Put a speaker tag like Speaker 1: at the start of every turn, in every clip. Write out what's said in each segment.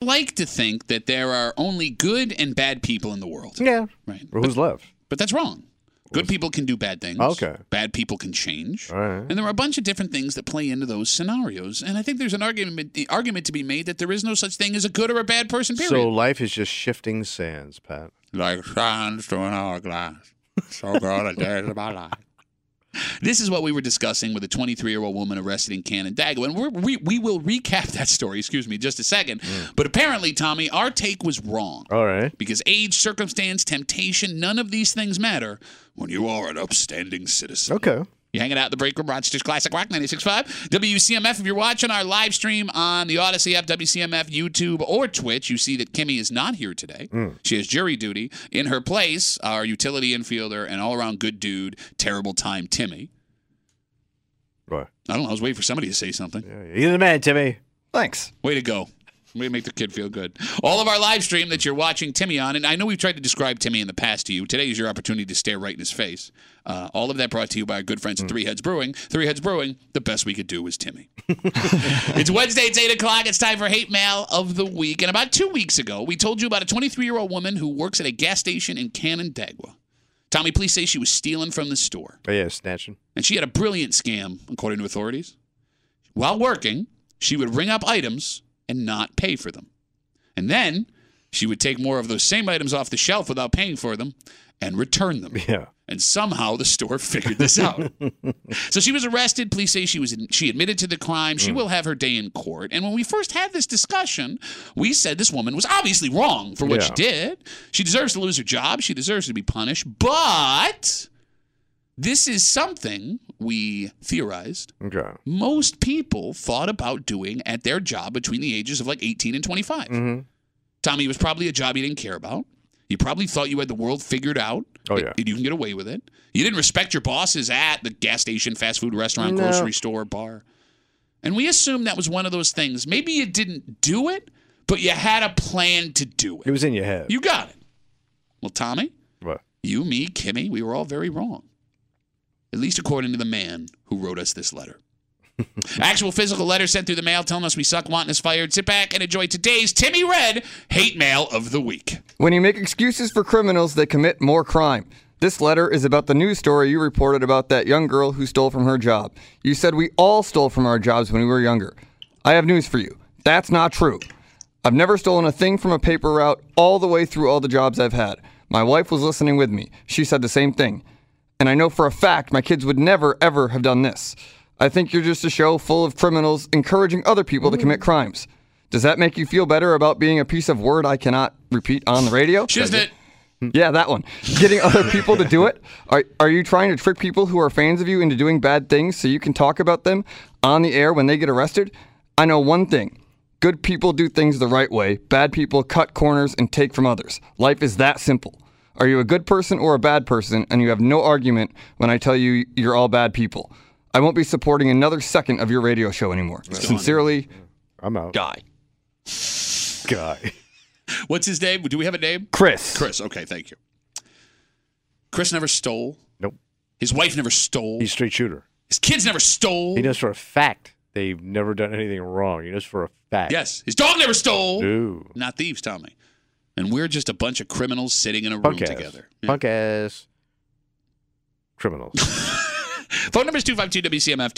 Speaker 1: like to think that there are only good and bad people in the world.
Speaker 2: Yeah.
Speaker 1: Right.
Speaker 2: Well, who's left?
Speaker 1: But that's wrong. Good people can do bad things.
Speaker 2: Okay.
Speaker 1: Bad people can change.
Speaker 2: All right.
Speaker 1: And there are a bunch of different things that play into those scenarios. And I think there's an argument the argument to be made that there is no such thing as a good or a bad person, period.
Speaker 2: So life is just shifting sands, Pat.
Speaker 1: like sands to an hourglass. So good a day to my life. This is what we were discussing with a 23 year old woman arrested in Canandaigua. And we're, we, we will recap that story, excuse me, in just a second.
Speaker 2: Mm.
Speaker 1: But apparently, Tommy, our take was wrong.
Speaker 2: All right.
Speaker 1: Because age, circumstance, temptation, none of these things matter when you are an upstanding citizen.
Speaker 2: Okay.
Speaker 1: You're hanging out in the break room, Rochester's Classic Rock 96.5, WCMF. If you're watching our live stream on the Odyssey app, WCMF, YouTube, or Twitch, you see that Kimmy is not here today. She has jury duty. In her place, our utility infielder and all around good dude, terrible time Timmy.
Speaker 2: Right.
Speaker 1: I don't know. I was waiting for somebody to say something.
Speaker 2: Yeah, You're the man, Timmy.
Speaker 3: Thanks.
Speaker 1: Way to go. Way to make the kid feel good. All of our live stream that you're watching Timmy on, and I know we've tried to describe Timmy in the past to you. Today is your opportunity to stare right in his face. Uh, all of that brought to you by our good friends at Three Heads Brewing. Three Heads Brewing, the best we could do was Timmy. it's Wednesday, it's 8 o'clock. It's time for Hate Mail of the Week. And about two weeks ago, we told you about a 23 year old woman who works at a gas station in Canandaigua. Tommy, please say she was stealing from the store.
Speaker 2: Oh, yeah, snatching.
Speaker 1: And she had a brilliant scam, according to authorities. While working, she would ring up items and not pay for them. And then she would take more of those same items off the shelf without paying for them and return them.
Speaker 2: Yeah.
Speaker 1: And somehow the store figured this out. so she was arrested. Police say she was she admitted to the crime. She will have her day in court. And when we first had this discussion, we said this woman was obviously wrong for what she did. She deserves to lose her job. She deserves to be punished. But this is something we theorized
Speaker 2: Okay.
Speaker 1: most people thought about doing at their job between the ages of like 18 and 25.
Speaker 2: Mm. Mm-hmm.
Speaker 1: Tommy, it was probably a job you didn't care about. You probably thought you had the world figured out.
Speaker 2: Oh, yeah.
Speaker 1: And you can get away with it. You didn't respect your bosses at the gas station, fast food restaurant,
Speaker 2: No.
Speaker 1: grocery store, bar. And we assumed that was one of those things. Maybe you didn't do it, but you had a plan to do
Speaker 2: It
Speaker 1: it.
Speaker 2: was in your head.
Speaker 1: You got it. Well, Tommy,
Speaker 2: What?
Speaker 1: you, me, Kimmy, we were all very wrong. At least according to the man who wrote us this letter. Actual physical letter sent through the mail telling us we suck, wanting us fired. Sit back and enjoy today's Timmy Red Hate Mail of the Week.
Speaker 3: When you make excuses for criminals, they commit more crime. This letter is about the news story you reported about that young girl who stole from her job. You said we all stole from our jobs when we were younger. I have news for you. That's not true. I've never stolen a thing from a paper route all the way through all the jobs I've had. My wife was listening with me. She said the same thing. And I know for a fact my kids would never, ever have done this. I think you're just a show full of criminals encouraging other people to commit crimes. Does that make you feel better about being a piece of word I cannot repeat on the radio?
Speaker 1: Isn't it?
Speaker 3: Yeah, that one. Getting other people to do it. Are, are you trying to trick people who are fans of you into doing bad things so you can talk about them on the air when they get arrested? I know one thing good people do things the right way, bad people cut corners and take from others. Life is that simple. Are you a good person or a bad person? And you have no argument when I tell you you're all bad people. I won't be supporting another second of your radio show anymore. Sincerely,
Speaker 2: I'm out.
Speaker 3: Guy.
Speaker 2: Guy.
Speaker 1: What's his name? Do we have a name?
Speaker 3: Chris.
Speaker 1: Chris. Okay, thank you. Chris never stole.
Speaker 2: Nope.
Speaker 1: His wife never stole.
Speaker 2: He's a straight shooter.
Speaker 1: His kids never stole.
Speaker 2: He knows for a fact they've never done anything wrong. He knows for a fact.
Speaker 1: Yes. His dog never stole.
Speaker 2: Ooh.
Speaker 1: Not thieves, Tommy. And we're just a bunch of criminals sitting in a room
Speaker 2: Punk ass.
Speaker 1: together.
Speaker 2: Punk ass. Criminals.
Speaker 1: Phone number is 252-WCMF,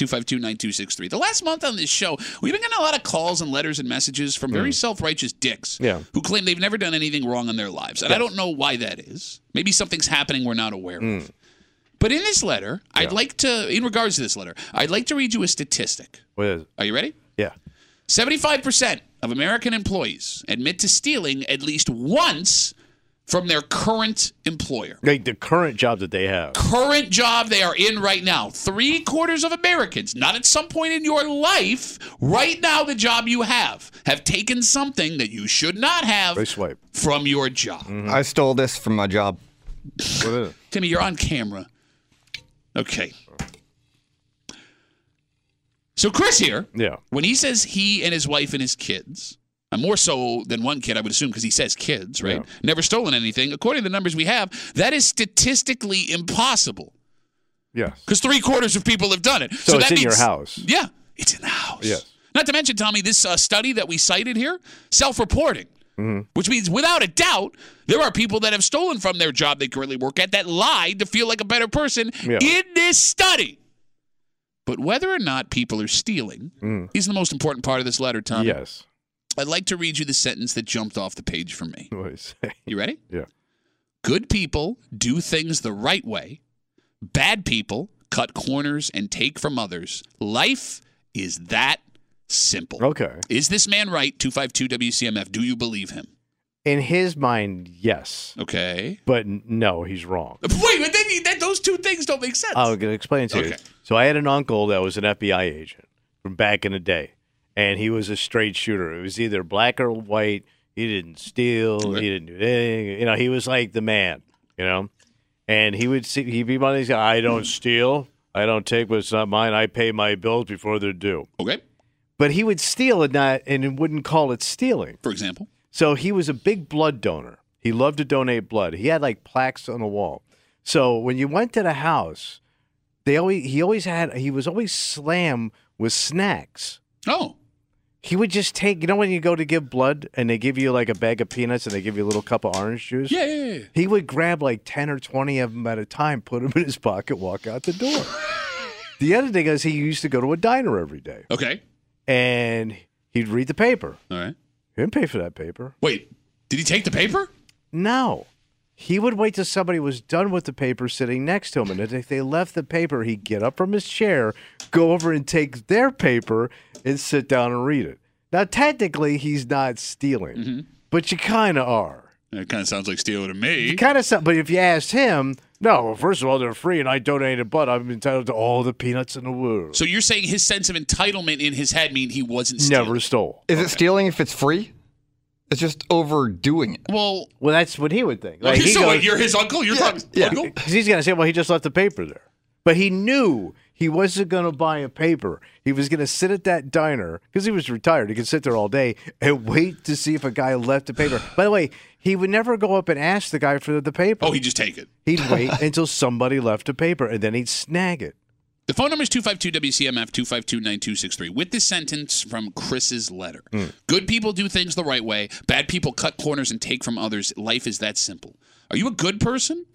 Speaker 1: 252-9263. The last month on this show, we've been getting a lot of calls and letters and messages from very self-righteous dicks
Speaker 2: Yeah.
Speaker 1: who claim they've never done anything wrong in their lives. And I don't know why that is. Maybe something's happening we're not aware of. But in this letter, I'd like to, in regards to this letter, I'd like to read you a statistic.
Speaker 2: What is it?
Speaker 1: Are you ready?
Speaker 2: Yeah.
Speaker 1: 75% of American employees admit to stealing at least once from their current employer.
Speaker 2: Like the current job that they have.
Speaker 1: Current job they are in right now. Three quarters of Americans, not at some point in your life, right now, the job you have, have taken something that you should not have
Speaker 2: They swipe.
Speaker 1: from your job.
Speaker 3: I stole this from my job.
Speaker 2: What is it?
Speaker 1: Timmy, you're on camera. Okay. So, Chris here.
Speaker 2: Yeah.
Speaker 1: when he says he and his wife and his kids, and more so than one kid, I would assume, because he says kids, right?
Speaker 2: Yeah.
Speaker 1: Never stolen anything. According to the numbers we have, that is statistically impossible
Speaker 2: Yes.
Speaker 1: because three quarters of people have done it.
Speaker 2: So it's
Speaker 1: that
Speaker 2: in your
Speaker 1: means-
Speaker 2: house.
Speaker 1: Yeah, it's in the house.
Speaker 2: Yes.
Speaker 1: Not to mention, Tommy, this uh, study that we cited here, self-reporting,
Speaker 2: Mm-hmm.
Speaker 1: which means without a doubt, there are people that have stolen from their job they currently work at that lied to feel like a better person
Speaker 2: Yeah.
Speaker 1: in this study. But whether or not people are stealing is the most important part of this letter, Tommy.
Speaker 2: Mm. Yes.
Speaker 1: I'd like to read you the sentence that jumped off the page for me.
Speaker 2: What do you say?
Speaker 1: You ready?
Speaker 2: Yeah.
Speaker 1: Good people do things the right way. Bad people cut corners and take from others. Life is that simple.
Speaker 2: Okay.
Speaker 1: Is this man right? 252 WCMF. Do you believe him?
Speaker 2: In his mind, yes,
Speaker 1: Okay.
Speaker 2: but n- no, he's wrong.
Speaker 1: Wait, but then, that, those two things don't make sense.
Speaker 2: I'll g- explain to you.
Speaker 1: Okay.
Speaker 2: So I had an uncle that was an FBI agent from back in the day, and he was a straight shooter. It was either black or white. He didn't steal.
Speaker 1: Okay.
Speaker 2: He didn't do anything. You know, he was like the man. You know, and he would see he'd be one of these. guys, I don't steal. I don't take what's not mine. I pay my bills before they're due.
Speaker 1: okay.
Speaker 2: But he would steal and not, and it wouldn't call it stealing.
Speaker 1: For example,
Speaker 2: So he was a big blood donor. He loved to donate blood. He had like plaques on the wall. So when you went to the house, they always he always had he was always slammed with snacks.
Speaker 1: oh,
Speaker 2: He would just take you know when you go to give blood and they give you like a bag of peanuts and they give you a little cup of orange juice.
Speaker 1: yeah, yeah, yeah.
Speaker 2: He would grab like 10 or 20 of them at a time, put them in his pocket, walk out the door. the other thing is he used to go to a diner every day
Speaker 1: Okay.
Speaker 2: and he'd read the paper.
Speaker 1: All right.
Speaker 2: He didn't pay for that paper.
Speaker 1: Wait, did he take the paper?
Speaker 2: No. He would wait till somebody was done with the paper sitting next to him. And if they left the paper, he'd get up from his chair, go over and take their paper and sit down and read it. Now, technically, he's not stealing, but you kind of are.
Speaker 1: That kind of sounds like stealing to me.
Speaker 2: Kind of But if you asked him, no, well, first of all, they're free and I donated blood. I'm entitled to all the peanuts in the world.
Speaker 1: So you're saying his sense of entitlement in his head mean he wasn't stealing?
Speaker 2: Never stole.
Speaker 3: Is it stealing if it's free? It's just overdoing it.
Speaker 1: Well,
Speaker 2: Well, that's what he would think. Like, he
Speaker 1: so
Speaker 2: goes-
Speaker 1: wait, you're his uncle. You're probably
Speaker 3: yeah.
Speaker 1: uncle.
Speaker 2: Because Oh, he's going to say, well, he just left the paper there. But he knew he wasn't going to buy a paper. He was going to sit at that diner because he was retired. He could sit there all day and wait to see if a guy left a paper. By the way, he would never go up and ask the guy for the paper.
Speaker 1: Oh, he just take it.
Speaker 2: He'd wait until somebody left a paper and then he'd snag it.
Speaker 1: The phone number is 252-WCMF, 252-9263. With this sentence from Chris's letter. Good people do things the right way. Bad people cut corners and take from others. Life is that simple. Are you a good person?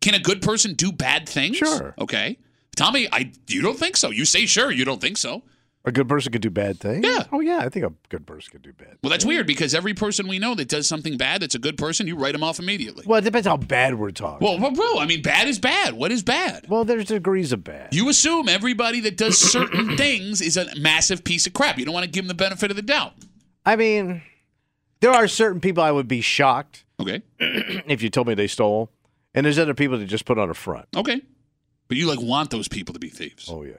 Speaker 1: Can a good person do bad things?
Speaker 2: Sure.
Speaker 1: Okay. Tommy, I you don't think so. You say sure, you don't think so.
Speaker 2: A good person could do bad things.
Speaker 1: Yeah.
Speaker 2: Oh, yeah. I think a good person could do bad.
Speaker 1: Well, that's weird because every person we know that does something bad that's a good person, you write them off immediately.
Speaker 2: Well, it depends how bad we're talking.
Speaker 1: Well, well, bro, I mean, bad is bad. What is bad?
Speaker 2: well there's degrees of bad.
Speaker 1: You assume everybody that does certain things is a massive piece of crap. You don't want to give them the benefit of the doubt.
Speaker 2: I mean, there are certain people I would be shocked
Speaker 1: Okay.
Speaker 2: if you told me they stole. And there's other people that just put on a front.
Speaker 1: Okay. But you like want those people to be thieves.
Speaker 2: Oh yeah.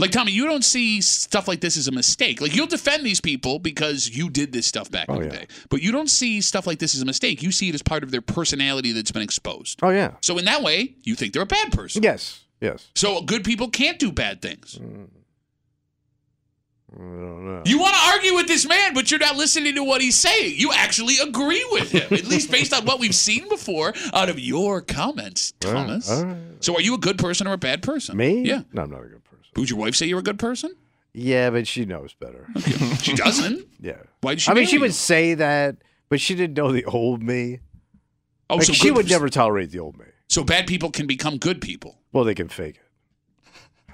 Speaker 1: Like Tommy, you don't see stuff like this as a mistake. Like you'll defend these people because you did this stuff back in
Speaker 2: Oh,
Speaker 1: the
Speaker 2: yeah.
Speaker 1: day. But you don't see stuff like this as a mistake. You see it as part of their personality that's been exposed.
Speaker 2: Oh yeah.
Speaker 1: So in that way, you think they're a bad person.
Speaker 2: Yes. Yes.
Speaker 1: So good people can't do bad things.
Speaker 2: I don't know.
Speaker 1: You want to argue with this man, but you're not listening to what he's saying. You actually agree with him, at least based on what we've seen before out of your comments, Thomas.
Speaker 2: all right.
Speaker 1: So, are you a good person or a bad person?
Speaker 2: Me?
Speaker 1: Yeah.
Speaker 2: No, I'm not a good person.
Speaker 1: Would your wife say you're a good person?
Speaker 2: Yeah, but she knows better.
Speaker 1: she doesn't.
Speaker 2: Yeah.
Speaker 1: Why did she?
Speaker 2: I mean,
Speaker 1: marry
Speaker 2: she
Speaker 1: you?
Speaker 2: would say that, but she didn't know the old me.
Speaker 1: Oh,
Speaker 2: like
Speaker 1: so
Speaker 2: she
Speaker 1: good-
Speaker 2: would never tolerate the old me.
Speaker 1: So bad people can become good people.
Speaker 2: Well, they can fake it.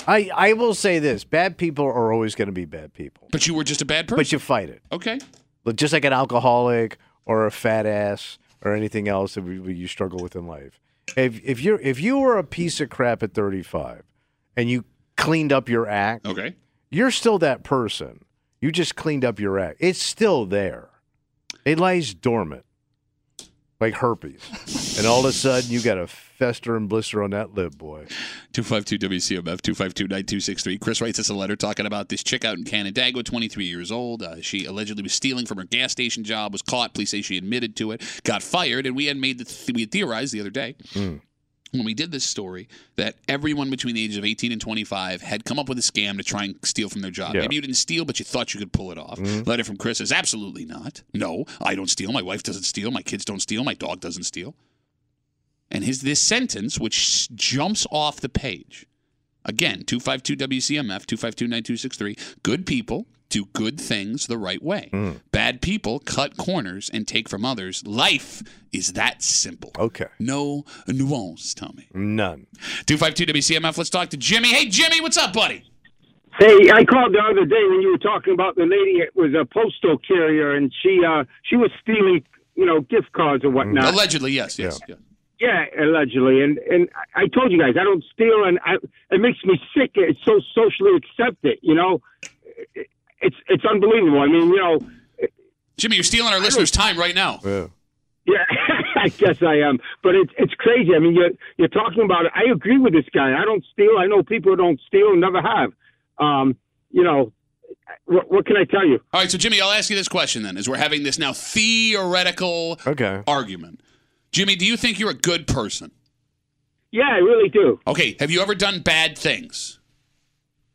Speaker 2: I, I will say this bad people are always going to be bad people,
Speaker 1: But you were just a bad person.
Speaker 2: but you fight it.
Speaker 1: okay.
Speaker 2: But Just like an alcoholic or a fat ass or anything else that we, we- you struggle with in life. If, if, you're, if you were a piece of crap at 35 and you cleaned up your act,
Speaker 1: Okay.
Speaker 2: you're still that person. You just cleaned up your act. It's still there. It lies dormant, like herpes. and all of a sudden, you got a fester and blister on that lip, boy.
Speaker 1: 252 WCMF 252 9263. Chris writes us a letter talking about this chick out in Canandaigua, 23 years old. Uh, she allegedly was stealing from her gas station job, was caught. Police say she admitted to it, got fired, and we had made the th- we had theorized the other day. When we did this story, that everyone between the ages of 18 and 25 had come up with a scam to try and steal from their job.
Speaker 2: Yeah.
Speaker 1: Maybe you didn't steal, but you thought you could pull it off. Letter from Chris says, Absolutely not. No, I don't steal. My wife doesn't steal. My kids don't steal. My dog doesn't steal. And his this sentence, which jumps off the page, again, 252 WCMF, 252 9263. Good people do good things the right way. Bad people cut corners and take from others. Life is that simple.
Speaker 2: Okay.
Speaker 1: No nuance, Tommy.
Speaker 2: None.
Speaker 1: 252 WCMF, let's talk to Jimmy. Hey, Jimmy, what's up, buddy?
Speaker 4: Hey, I called the other day when you were talking about the lady that was a postal carrier and she uh she was stealing, you know, gift cards and whatnot.
Speaker 1: Allegedly, yes, yes. Yeah.
Speaker 4: yeah, allegedly. And and I- I told you guys I don't steal, and I, it makes me sick. It's so socially accepted, you know. It's it's unbelievable. I mean, you know,
Speaker 1: Jimmy, you're stealing our listeners' time right now.
Speaker 2: Yeah.
Speaker 4: Yeah, I guess I am. But it's it's crazy. I mean, you're you're talking about it. I agree with this guy. I don't steal. I know people who don't steal and never have. Um, you know, what, what can I tell you?
Speaker 1: All right, so Jimmy, I'll ask you this question then, as we're having this now theoretical
Speaker 2: Okay.
Speaker 1: argument. Jimmy, do you think you're a good person?
Speaker 4: Yeah, I really do.
Speaker 1: Okay, have you ever done bad things?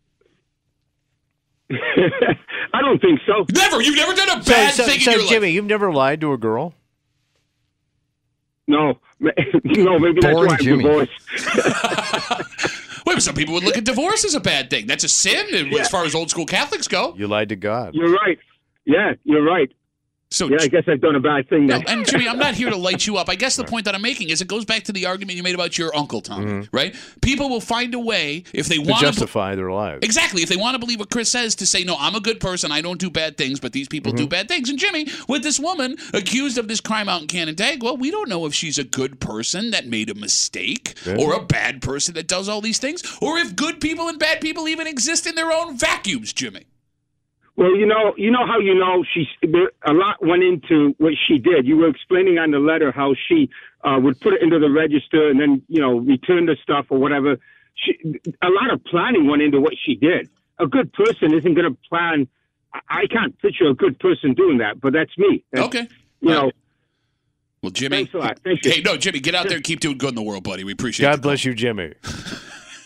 Speaker 4: I don't think so.
Speaker 1: Never. You've never done a bad
Speaker 2: so,
Speaker 1: thing
Speaker 2: so,
Speaker 1: in your
Speaker 2: Jimmy,
Speaker 1: life.
Speaker 2: you've never lied to a girl?
Speaker 4: No, no, maybe that's
Speaker 3: Born
Speaker 4: why I'm
Speaker 3: Jimmy.
Speaker 4: divorced.
Speaker 1: Wait, but some people would look at divorce as a bad thing. That's a sin and- as far as old school Catholics go.
Speaker 2: You lied to God.
Speaker 4: You're right. Yeah, you're right.
Speaker 1: So,
Speaker 4: Yeah, I guess I've done a bad thing.
Speaker 1: No,
Speaker 4: Then.
Speaker 1: and Jimmy, I'm not here to light you up. I guess the point that I'm making is it goes back to the argument you made about your uncle Tommy,
Speaker 4: Mm-hmm.
Speaker 1: right? People will find a way if they
Speaker 2: to
Speaker 1: want to.
Speaker 2: justify their lives.
Speaker 1: Exactly. If they want to believe what Chris says, to say, no, I'm a good person. I don't do bad things, but these people
Speaker 4: Mm-hmm.
Speaker 1: do bad things. And Jimmy, with this woman accused of this crime out in Canandaigua, we don't know if she's a good person that made a mistake or a bad person that does all these things or if good people and bad people even exist in their own vacuums, Jimmy.
Speaker 4: Well, you know, you know how you know she there, a lot went into what she did. You were explaining on the letter how she uh, would put it into the register and then you know return the stuff or whatever. She, a lot of planning went into what she did. A good person isn't going to plan. I, I can't picture a good person doing that, but that's me. That's,
Speaker 1: Okay.
Speaker 4: You know,
Speaker 1: Well, Jimmy.
Speaker 4: thanks a lot. Thank you.
Speaker 1: Hey, no, Jimmy, get out there and keep doing good in the world, buddy. We appreciate
Speaker 2: God
Speaker 1: it.
Speaker 2: bless you, Jimmy.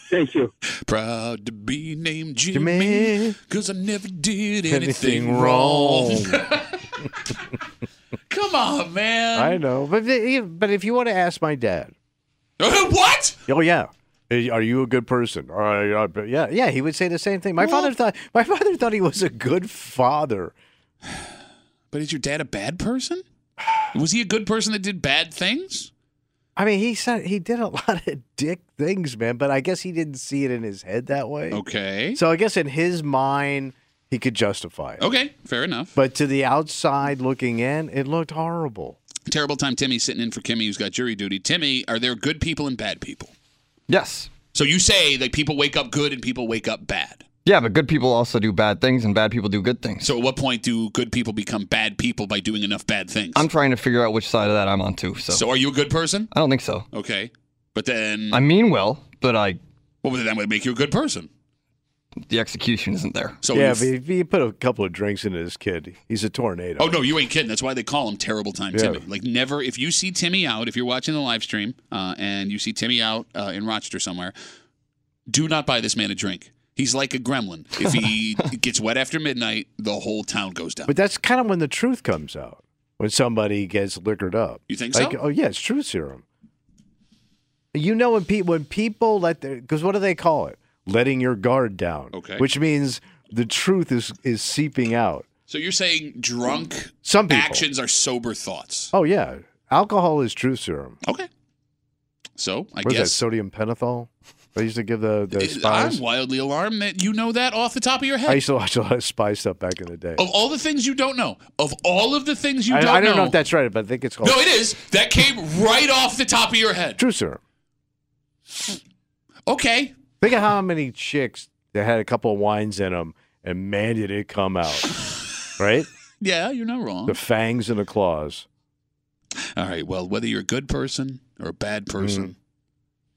Speaker 4: Thank you.
Speaker 1: Proud to be named Jimmy
Speaker 2: Jimmy.
Speaker 1: because I never did anything,
Speaker 2: Anything
Speaker 1: wrong.
Speaker 2: wrong?
Speaker 1: Come on,
Speaker 2: I
Speaker 1: man.
Speaker 2: know, but the- but if you want to ask my dad,
Speaker 1: Uh, what?
Speaker 2: oh yeah, are you a good person? All right, uh, but yeah, yeah, he would say the same thing. My father thought my father thought he was a good father.
Speaker 1: But is your dad a bad person? Was he a good person that did bad things?
Speaker 2: I mean, he said he did a lot of dick things, man. But I guess he didn't see it in his head that way.
Speaker 1: Okay.
Speaker 2: So I guess in his mind, he could justify it.
Speaker 1: Okay, fair enough.
Speaker 2: But to the outside looking in, it looked horrible.
Speaker 1: Terrible time Timmy's sitting in for Kimmy, who's got jury duty. Timmy, are there good people and bad people?
Speaker 3: Yes.
Speaker 1: So you say that people wake up good and people wake up bad.
Speaker 3: Yeah, but good people also do bad things and bad people do good things.
Speaker 1: So at what point do good people become bad people by doing enough bad things?
Speaker 3: I'm trying to figure out which side of that I'm on too. So,
Speaker 1: so are you a good person?
Speaker 3: I don't think so.
Speaker 1: Okay. But then
Speaker 3: I mean well, but I
Speaker 1: Well, then that would make you a good person.
Speaker 3: the execution isn't there.
Speaker 1: So
Speaker 2: yeah,
Speaker 1: if-
Speaker 2: but if you put a couple of drinks into this kid, he's a tornado.
Speaker 1: Oh no, you ain't kidding. That's why they call him Terrible Time
Speaker 2: Yeah.
Speaker 1: Timmy. Like never, if you see Timmy out, if you're watching the live stream uh, and you see Timmy out uh, in Rochester somewhere, do not buy this man a drink. He's like a gremlin. If he gets wet after midnight, the whole town goes down.
Speaker 2: But that's kind of when the truth comes out when somebody gets liquored up.
Speaker 1: You think
Speaker 2: Like,
Speaker 1: so?
Speaker 2: oh yeah, it's truth serum. You know when people when people let their because what do they call it? Letting your guard down.
Speaker 1: Okay.
Speaker 2: Which means the truth is is seeping out.
Speaker 1: so you're saying drunk
Speaker 2: Some people.
Speaker 1: actions are sober thoughts?
Speaker 2: Oh yeah, alcohol is truth serum.
Speaker 1: Okay. So I
Speaker 2: What is
Speaker 1: guess
Speaker 2: that? Sodium pentothal. I used to give the, the
Speaker 1: I'm
Speaker 2: spies.
Speaker 1: wildly alarmed that you know that off the top of your
Speaker 2: I
Speaker 1: head.
Speaker 2: used to watch a lot of spy stuff back in the day.
Speaker 1: Of all the things you don't know, of all of the things Oh, you
Speaker 2: I,
Speaker 1: don't,
Speaker 2: I don't know. if that's right, but I think it's called
Speaker 1: No, it is. That came right off the top of your head.
Speaker 2: True Serum.
Speaker 1: Okay.
Speaker 2: Think of how many chicks that had a couple of wines in them, and man, did it come out. right?
Speaker 1: Yeah, you're not wrong.
Speaker 2: The fangs and the claws.
Speaker 1: All right. Well, whether you're a good person or a bad person,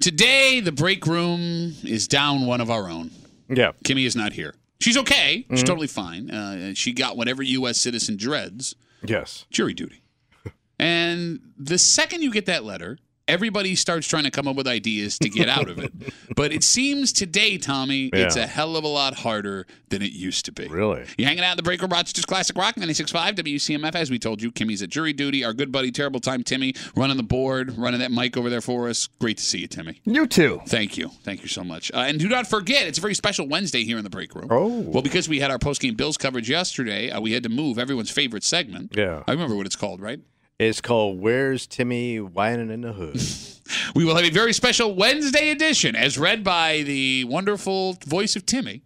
Speaker 1: Today, the break room is down one of our own.
Speaker 2: Yeah.
Speaker 1: Kimmy is not here. She's okay. She's totally fine. Uh, she got whatever U.S. citizen dreads
Speaker 2: Yes.
Speaker 1: jury duty. and the second you get that letter, everybody starts trying to come up with ideas to get out of it. But it seems today, Tommy, it's
Speaker 2: Yeah.
Speaker 1: a hell of a lot harder than it used to be.
Speaker 2: Really?
Speaker 1: You're hanging out in the break room, Rochester's Classic Rock, 96.5 WCMF. As we told you, Kimmy's at jury duty. Our good buddy, Terrible Time Timmy, running the board, running that mic over there for us. Great to see you, Timmy.
Speaker 3: You too.
Speaker 1: Thank you. Thank you so much. Uh, and do not forget, it's a very special Wednesday here in the break room.
Speaker 2: Oh.
Speaker 1: Well, because we had our postgame Bills coverage yesterday, uh, we had to move everyone's favorite segment.
Speaker 2: Yeah.
Speaker 1: I remember what it's called, right?
Speaker 2: It's called Where's Timmy Whining in the Hood?
Speaker 1: We will have a very special Wednesday edition as read by the wonderful voice of Timmy,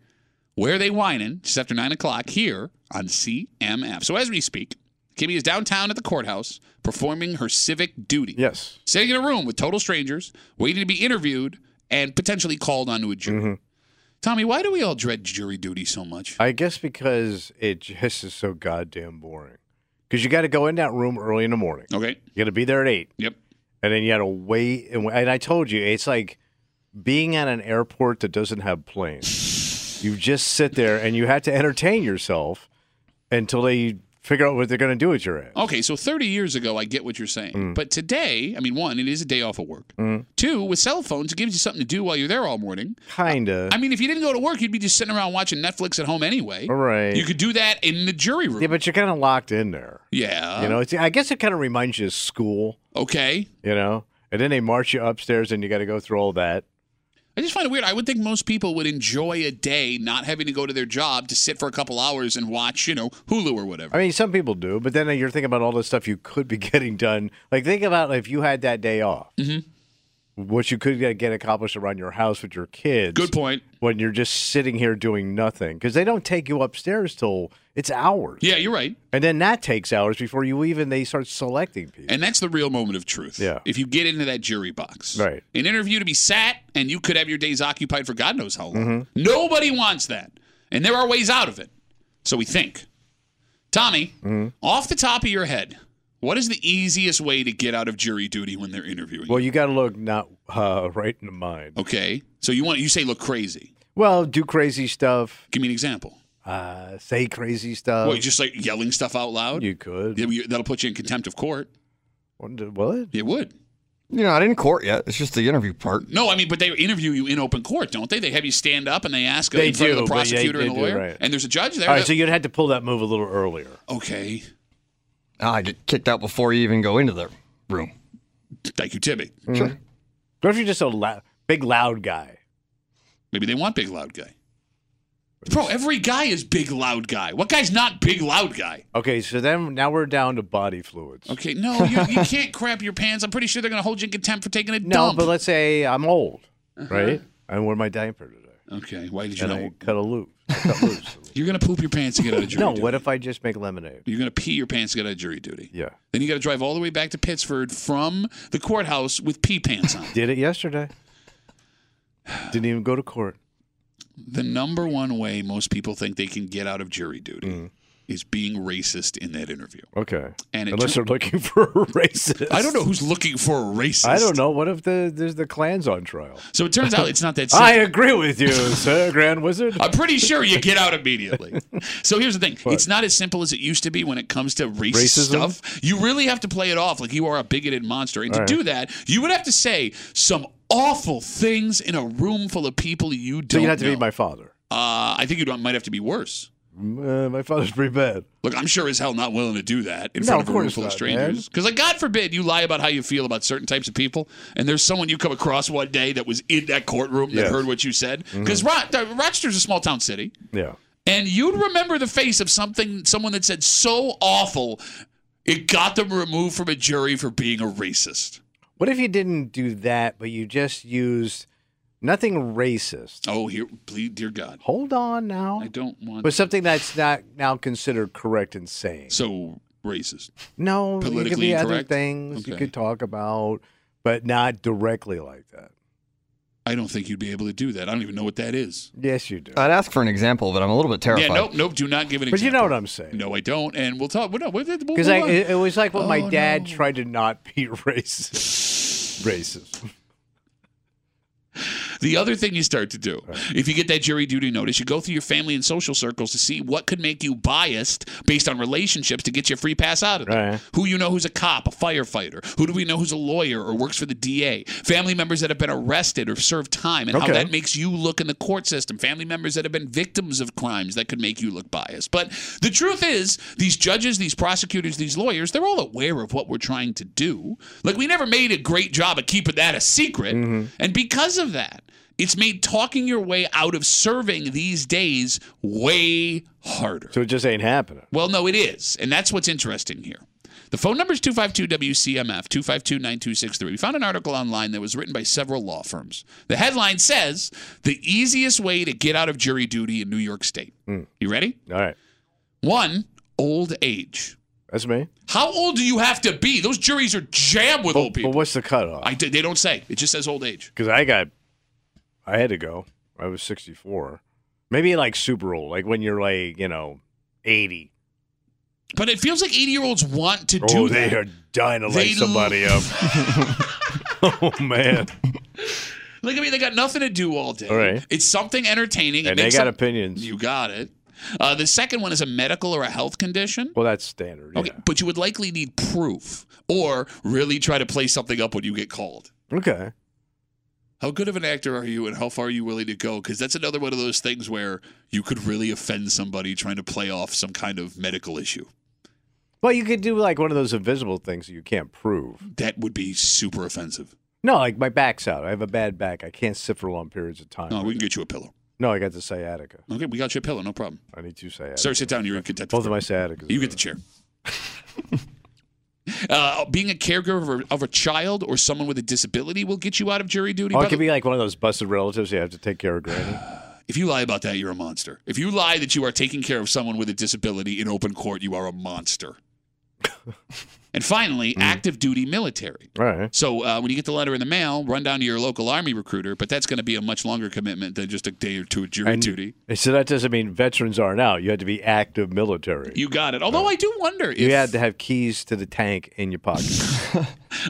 Speaker 1: Where They Whining, just after 9 o'clock here on CMF. So as we speak, Kimmy is downtown at the courthouse performing her civic duty.
Speaker 2: yes.
Speaker 1: sitting in a room with total strangers, waiting to be interviewed and potentially called onto a jury.
Speaker 2: Mm-hmm.
Speaker 1: Tommy, why do we all dread jury duty so much?
Speaker 2: I guess because it just is so goddamn boring. Because you got to go in that room early in the morning.
Speaker 1: Okay.
Speaker 2: You got to be there at 8.
Speaker 1: Yep.
Speaker 2: And then you got to wait. And, and I told you, it's like being at an airport that doesn't have planes. you just sit there and you have to entertain yourself until they figure out what they're going to do with your ass.
Speaker 1: Okay, so 30 years ago, I get what you're saying.
Speaker 2: Mm.
Speaker 1: But today, I mean, one, it is a day off of work. Two, with cell phones, it gives you something to do while you're there all morning.
Speaker 2: Kind of.
Speaker 1: I mean, if you didn't go to work, you'd be just sitting around watching Netflix at home anyway.
Speaker 2: Right.
Speaker 1: You could do that in the jury room.
Speaker 2: Yeah, but you're kind of locked in there.
Speaker 1: Yeah.
Speaker 2: you know, it's, I guess it kind of reminds you of school,
Speaker 1: Okay.
Speaker 2: you know? And then they march you upstairs and you got to go through all that.
Speaker 1: I just find it weird. I would think most people would enjoy a day not having to go to their job to sit for a couple hours and watch, you know, Hulu or whatever.
Speaker 2: I mean, some people do, but then you're thinking about all the stuff you could be getting done. Like, think about if you had that day off, what you could get, get accomplished around your house with your kids.
Speaker 1: Mm-hmm. Good point.
Speaker 2: When you're just sitting here doing nothing, because they don't take you upstairs till it's hours,
Speaker 1: Yeah, you're right.
Speaker 2: and then that takes hours before you even they start selecting people.
Speaker 1: And that's the real moment of truth.
Speaker 2: Yeah.
Speaker 1: If you get into that jury box.
Speaker 2: Right.
Speaker 1: An interview to be sat and you could have your days occupied for God knows how long.
Speaker 2: Mm-hmm.
Speaker 1: Nobody wants that. And there are ways out of it. So we think. Tommy,
Speaker 2: Mm-hmm.
Speaker 1: off the top of your head, what is the easiest way to get out of jury duty when they're interviewing?
Speaker 2: well,
Speaker 1: you?
Speaker 2: you got to look not uh, right in the mind.
Speaker 1: Okay. So you want you say look crazy.
Speaker 2: Well, do crazy stuff,
Speaker 1: Give me an example.
Speaker 2: uh, say crazy stuff.
Speaker 1: Well, just like yelling stuff out loud?
Speaker 2: Uh, you could.
Speaker 1: Yeah, we- That'll put you in contempt of court.
Speaker 2: Wonder- Will it?
Speaker 1: It would.
Speaker 3: You're not in court yet. It's just the interview part.
Speaker 1: No, I mean, but they interview you in open court, don't they? They have you stand up and they ask uh,
Speaker 2: They
Speaker 1: in front
Speaker 2: do,
Speaker 1: of the
Speaker 2: but yeah,
Speaker 1: prosecutor
Speaker 2: they
Speaker 1: and the
Speaker 2: do,
Speaker 1: lawyer.
Speaker 2: right.
Speaker 1: And there's a judge there.
Speaker 2: All right,
Speaker 1: that-
Speaker 2: so you'd have to pull that move a little earlier.
Speaker 1: okay.
Speaker 3: Ah, I get kicked out before you even go into the room.
Speaker 1: Thank you, Timmy.
Speaker 3: Sure.
Speaker 2: What if you're just a lou- big, loud guy?
Speaker 1: Maybe they want big loud guy. Bro, every guy is big loud guy. What guy's not big loud guy?
Speaker 2: Okay, so then now we're down to body fluids.
Speaker 1: Okay, no, you, you can't crap your pants. I'm pretty sure they're gonna hold you in contempt for taking a
Speaker 2: No,
Speaker 1: dump.
Speaker 2: but let's say I'm old, right? I wore my diaper today,
Speaker 1: okay, why did you
Speaker 2: and
Speaker 1: know?
Speaker 2: I cut a loop. I cut loose.
Speaker 1: You're gonna poop your pants to get out of jury
Speaker 2: no,
Speaker 1: duty.
Speaker 2: what if I just make lemonade?
Speaker 1: You're gonna pee your pants to get out of jury duty.
Speaker 2: Yeah,
Speaker 1: Then you got to drive all the way back to Pittsford from the courthouse with pee pants on.
Speaker 2: did it yesterday. Didn't even go to court.
Speaker 1: the number one way most people think they can get out of jury duty is being racist in that interview.
Speaker 2: Okay,
Speaker 1: And it
Speaker 2: unless
Speaker 1: took-
Speaker 2: they're looking for a racist.
Speaker 1: I don't know who's looking for a racist.
Speaker 2: I don't know. What if the there's the clans on trial?
Speaker 1: So it turns out it's not that simple.
Speaker 2: I agree with you, sir, Grand Wizard.
Speaker 1: I'm pretty sure you get out immediately. so here's the thing: it's not as simple as it used to be when it comes to racist
Speaker 2: Racism?
Speaker 1: stuff. You really have to play it off like you are a bigoted monster, and to
Speaker 2: All right.
Speaker 1: do that, you would have to say some awful things in a room full of people you don't.
Speaker 2: So you'd have to
Speaker 1: know.
Speaker 2: be my father.
Speaker 1: Uh, I think you might have to be worse.
Speaker 2: Mm, Uh, my father's pretty bad.
Speaker 1: Look, I'm sure as hell not willing to do that in
Speaker 2: No,
Speaker 1: front
Speaker 2: of
Speaker 1: of, a room
Speaker 2: course
Speaker 1: full of
Speaker 2: not,
Speaker 1: strangers.
Speaker 2: man.
Speaker 1: Because, like, God forbid you lie about how you feel about certain types of people, and there's someone you come across one day that was in that courtroom that
Speaker 2: Yes.
Speaker 1: heard what you said. Because Rochester's a small town city,
Speaker 2: Yeah.
Speaker 1: and you'd remember the face of something, someone that said so awful, it got them removed from a jury for being a racist.
Speaker 2: What if you didn't do that, but you just used nothing racist?
Speaker 1: Oh, here, please, dear God,
Speaker 2: Hold on now.
Speaker 1: I don't want
Speaker 2: But something that's not now considered correct and sane.
Speaker 1: so racist.
Speaker 2: No, it could
Speaker 1: Politically
Speaker 2: be other
Speaker 1: incorrect?
Speaker 2: things you
Speaker 1: Okay.
Speaker 2: could talk about, but not directly like that.
Speaker 1: I don't think you'd be able to do that. I don't even know what that is.
Speaker 2: Yes, you do.
Speaker 3: I'd ask for an example, but I'm a little bit terrified.
Speaker 1: Yeah, nope, nope. Do not give an
Speaker 2: but
Speaker 1: example.
Speaker 2: you know what I'm saying.
Speaker 1: No, I don't. And we'll talk. Because we'll, we'll,
Speaker 2: Because
Speaker 1: we'll-
Speaker 2: it, it was like when my
Speaker 1: Oh,
Speaker 2: dad
Speaker 1: no.
Speaker 2: tried to not be racist. racist.
Speaker 1: the other thing you start to do, if you get that jury duty notice, you go through your family and social circles to see what could make you biased based on relationships to get you a free pass out of there.
Speaker 2: Right.
Speaker 1: Who you know who's a cop, a firefighter? Who do we know who's a lawyer or works for the DA? Family members that have been arrested or served time, and how
Speaker 2: Okay.
Speaker 1: that makes you look in the court system. Family members that have been victims of crimes that could make you look biased. But the truth is, these judges, these prosecutors, these lawyers, they're all aware of what we're trying to do. Like, we never made a great job of keeping that a secret. And because of that, it's made talking your way out of serving these days way harder.
Speaker 2: So it just ain't happening.
Speaker 1: Well, no, it is. And that's what's interesting here. The phone number is 252 WCMF, 252 9263. We found an article online that was written by several law firms. The headline says The easiest way to get out of jury duty in New York State.
Speaker 2: Hmm.
Speaker 1: You ready?
Speaker 2: All right.
Speaker 1: One, old age.
Speaker 2: That's me.
Speaker 1: How old do you have to be? Those juries are jammed with old people.
Speaker 2: But what's the cutoff?
Speaker 1: I, they don't say. It just says old age.
Speaker 2: because I got, I had to go. I was 64. Maybe like super old, like when you're like, you know, 80.
Speaker 1: But it feels like 80 year olds want to do
Speaker 2: oh,
Speaker 1: that.
Speaker 2: they are dying to
Speaker 1: They
Speaker 2: light somebody up. oh, man.
Speaker 1: Look at me. They got nothing to do all day.
Speaker 2: All right.
Speaker 1: It's something entertaining. It
Speaker 2: And they
Speaker 1: makes
Speaker 2: got
Speaker 1: them-
Speaker 2: opinions.
Speaker 1: You got it. Uh, the second one is a medical or a health condition.
Speaker 2: well, that's standard.
Speaker 1: Okay, but you would likely need proof or really try to play something up when you get called.
Speaker 2: Yeah. Okay.
Speaker 1: How good of an actor are you and how far are you willing to go? Because that's another one of those things where you could really offend somebody trying to play off some kind of medical issue.
Speaker 2: Well, you could do like one of those invisible things that you can't prove.
Speaker 1: That would be super offensive.
Speaker 2: No, like my back's out. I have a bad back. I can't sit for long periods of time.
Speaker 1: No, we can get you a pillow.
Speaker 2: No, I got the sciatica.
Speaker 1: Okay, we got you a pillow, no problem.
Speaker 2: I need two sciatica.
Speaker 1: Sir, sit down. You're in contempt.
Speaker 2: Both of my sciaticas.
Speaker 1: You get the chair. uh, being a caregiver of a child or someone with a disability will get you out of jury duty.
Speaker 2: Oh,
Speaker 1: By
Speaker 2: it could
Speaker 1: the-
Speaker 2: be like one of those busted relatives you have to take care of granny.
Speaker 1: if you lie about that, you're a monster. If you lie that you are taking care of someone with a disability in open court, you are a monster. and finally,
Speaker 2: Hmm.
Speaker 1: active duty military.
Speaker 2: All right.
Speaker 1: So uh, when you get the letter in the mail, run down to your local army recruiter. But that's going to be a much longer commitment than just a day or two of jury
Speaker 2: And-
Speaker 1: duty.
Speaker 2: So that doesn't mean veterans aren't out. You had to be active military.
Speaker 1: You got it. Although I do wonder if
Speaker 2: You had to have keys to the tank in your pocket.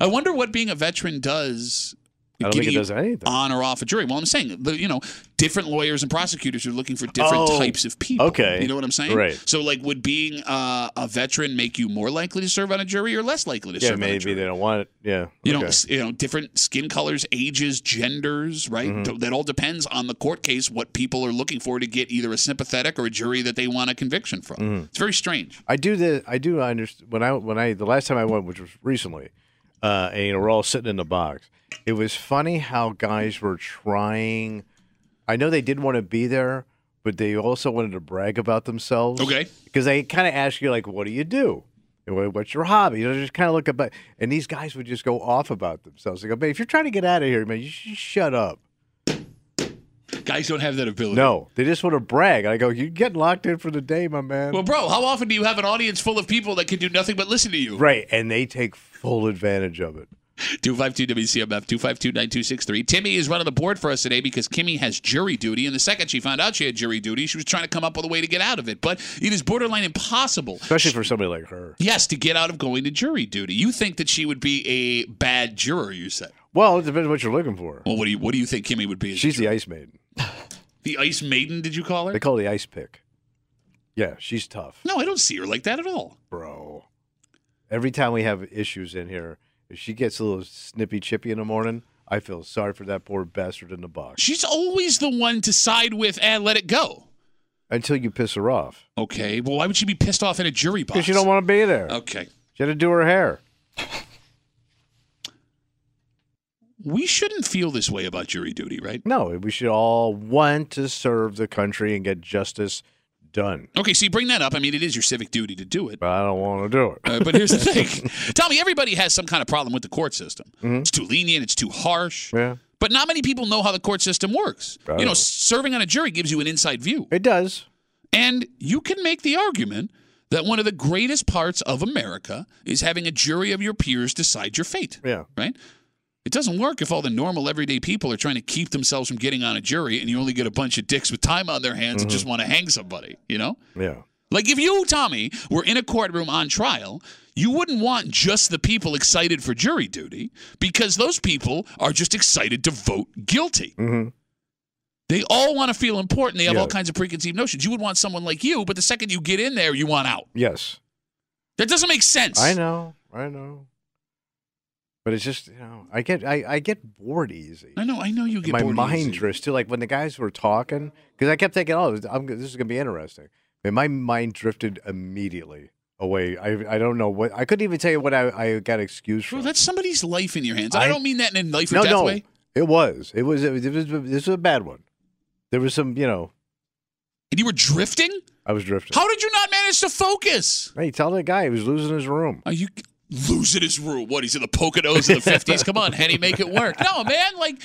Speaker 1: I wonder what being a veteran does.
Speaker 2: I don't
Speaker 1: getting
Speaker 2: think it
Speaker 1: you
Speaker 2: does anything.
Speaker 1: On or off a jury. Well, I'm saying, the, you know, different lawyers and prosecutors are looking for different
Speaker 2: Oh,
Speaker 1: types of people.
Speaker 2: okay.
Speaker 1: You know what I'm saying?
Speaker 2: Right.
Speaker 1: So, like, would being uh, a veteran make you more likely to serve on a jury or less likely to
Speaker 2: yeah,
Speaker 1: serve on a
Speaker 2: maybe
Speaker 1: jury?
Speaker 2: they don't want it. Yeah.
Speaker 1: You know,
Speaker 2: okay.
Speaker 1: s- you know, different skin colors, ages, genders, right?
Speaker 2: Mm-hmm.
Speaker 1: Th- That all depends on the court case what people are looking for to get either a sympathetic or a jury that they want a conviction from.
Speaker 2: Mm-hmm.
Speaker 1: It's very strange.
Speaker 2: I do the I do understand when I when I the last time I went, which was recently, uh, and you know, we're all sitting in the box. It was funny how guys were trying. I know they didn't want to be there, but they also wanted to brag about themselves.
Speaker 1: Okay.
Speaker 2: Because they kind of ask you, like, what do you do? And what- What's your hobby? You know, just kind of look about. And these guys would just go off about themselves. They go, man, if you're trying to get out of here, man, you should shut up.
Speaker 1: Guys don't have that ability.
Speaker 2: No, they just want to brag. I go, you're getting locked in for the day, my man.
Speaker 1: Well, bro, how often do you have an audience full of people that can do nothing but listen to you?
Speaker 2: right. And they take full advantage of it.
Speaker 1: 252 WCMF 252 9263. Timmy is running the board for us today because Kimmy has jury duty. And the second she found out she had jury duty, she was trying to come up with a way to get out of it. But it is borderline impossible.
Speaker 2: Especially for somebody like her.
Speaker 1: Yes, to get out of going to jury duty. You think that she would be a bad juror, you said.
Speaker 2: Well, it depends what you're looking for.
Speaker 1: Well, what do you what do you think Kimmy would be? as a
Speaker 2: She's
Speaker 1: juror?
Speaker 2: the ice maiden.
Speaker 1: the ice maiden, did you call her?
Speaker 2: They call her the ice pick. Yeah, she's tough,
Speaker 1: No, I don't see her like that at all.
Speaker 2: bro. Every time we have issues in here, if she gets a little snippy chippy in the morning, I feel sorry for that poor bastard in the box.
Speaker 1: She's always the one to side with and let it go.
Speaker 2: Until you piss her off.
Speaker 1: Okay. Well, why would she be pissed off in a jury box? Oh.
Speaker 2: Because you don't want to be there.
Speaker 1: Okay.
Speaker 2: She had to do her hair.
Speaker 1: We shouldn't feel this way about jury duty, right?
Speaker 2: No, we should all want to serve the country and get justice done.
Speaker 1: Okay, see, bring that up. I mean, it is your civic duty to do it.
Speaker 2: But I don't want to do it.
Speaker 1: Uh, but here's the thing, Tommy. Everybody has some kind of problem with the court system. It's too lenient. It's too harsh.
Speaker 2: Mm-hmm. Yeah.
Speaker 1: But not many people know how the court system works.
Speaker 2: I
Speaker 1: You know,
Speaker 2: don't.
Speaker 1: serving on a jury gives you an inside view,
Speaker 2: It does.
Speaker 1: and you can make the argument that one of the greatest parts of America is having a jury of your peers decide your fate.
Speaker 2: Yeah.
Speaker 1: Right. It doesn't work if all the normal everyday people are trying to keep themselves from getting on a jury, and you only get a bunch of dicks with time on their hands
Speaker 2: Mm-hmm.
Speaker 1: and just want to hang somebody. You know.
Speaker 2: Yeah.
Speaker 1: Like if you, Tommy, were in a courtroom on trial, you wouldn't want just the people excited for jury duty because those people are just excited to vote guilty.
Speaker 2: Mhm.
Speaker 1: They all want to feel important. They have all
Speaker 2: Yeah.
Speaker 1: kinds of preconceived notions. You would want someone like you, but the second you get in there, you want out.
Speaker 2: Yes.
Speaker 1: That doesn't make sense.
Speaker 2: I know, I know. But it's just you know, I get I, I get bored easy.
Speaker 1: I know. I know you get
Speaker 2: My
Speaker 1: bored
Speaker 2: mind
Speaker 1: easy.
Speaker 2: drifts too. Like when the guys were talking, because I kept thinking, oh, I'm, go- this is gonna be interesting. And my mind drifted immediately away. I I don't know what I couldn't even tell you what I, I got excused for.
Speaker 1: Bro, that's somebody's life in your hands. I,
Speaker 2: I-
Speaker 1: don't mean that in a life or
Speaker 2: no,
Speaker 1: death
Speaker 2: no,
Speaker 1: way.
Speaker 2: it was it was it was, it was this was a bad one. There was some you know
Speaker 1: And you were drifting.
Speaker 2: I was drifting.
Speaker 1: How did you not manage to focus?
Speaker 2: Hey, tell that guy he was losing his room.
Speaker 1: Are you losing his room? What? He's in the Poconos in the fifties. Come on, Henny, make it work. No, man. Like,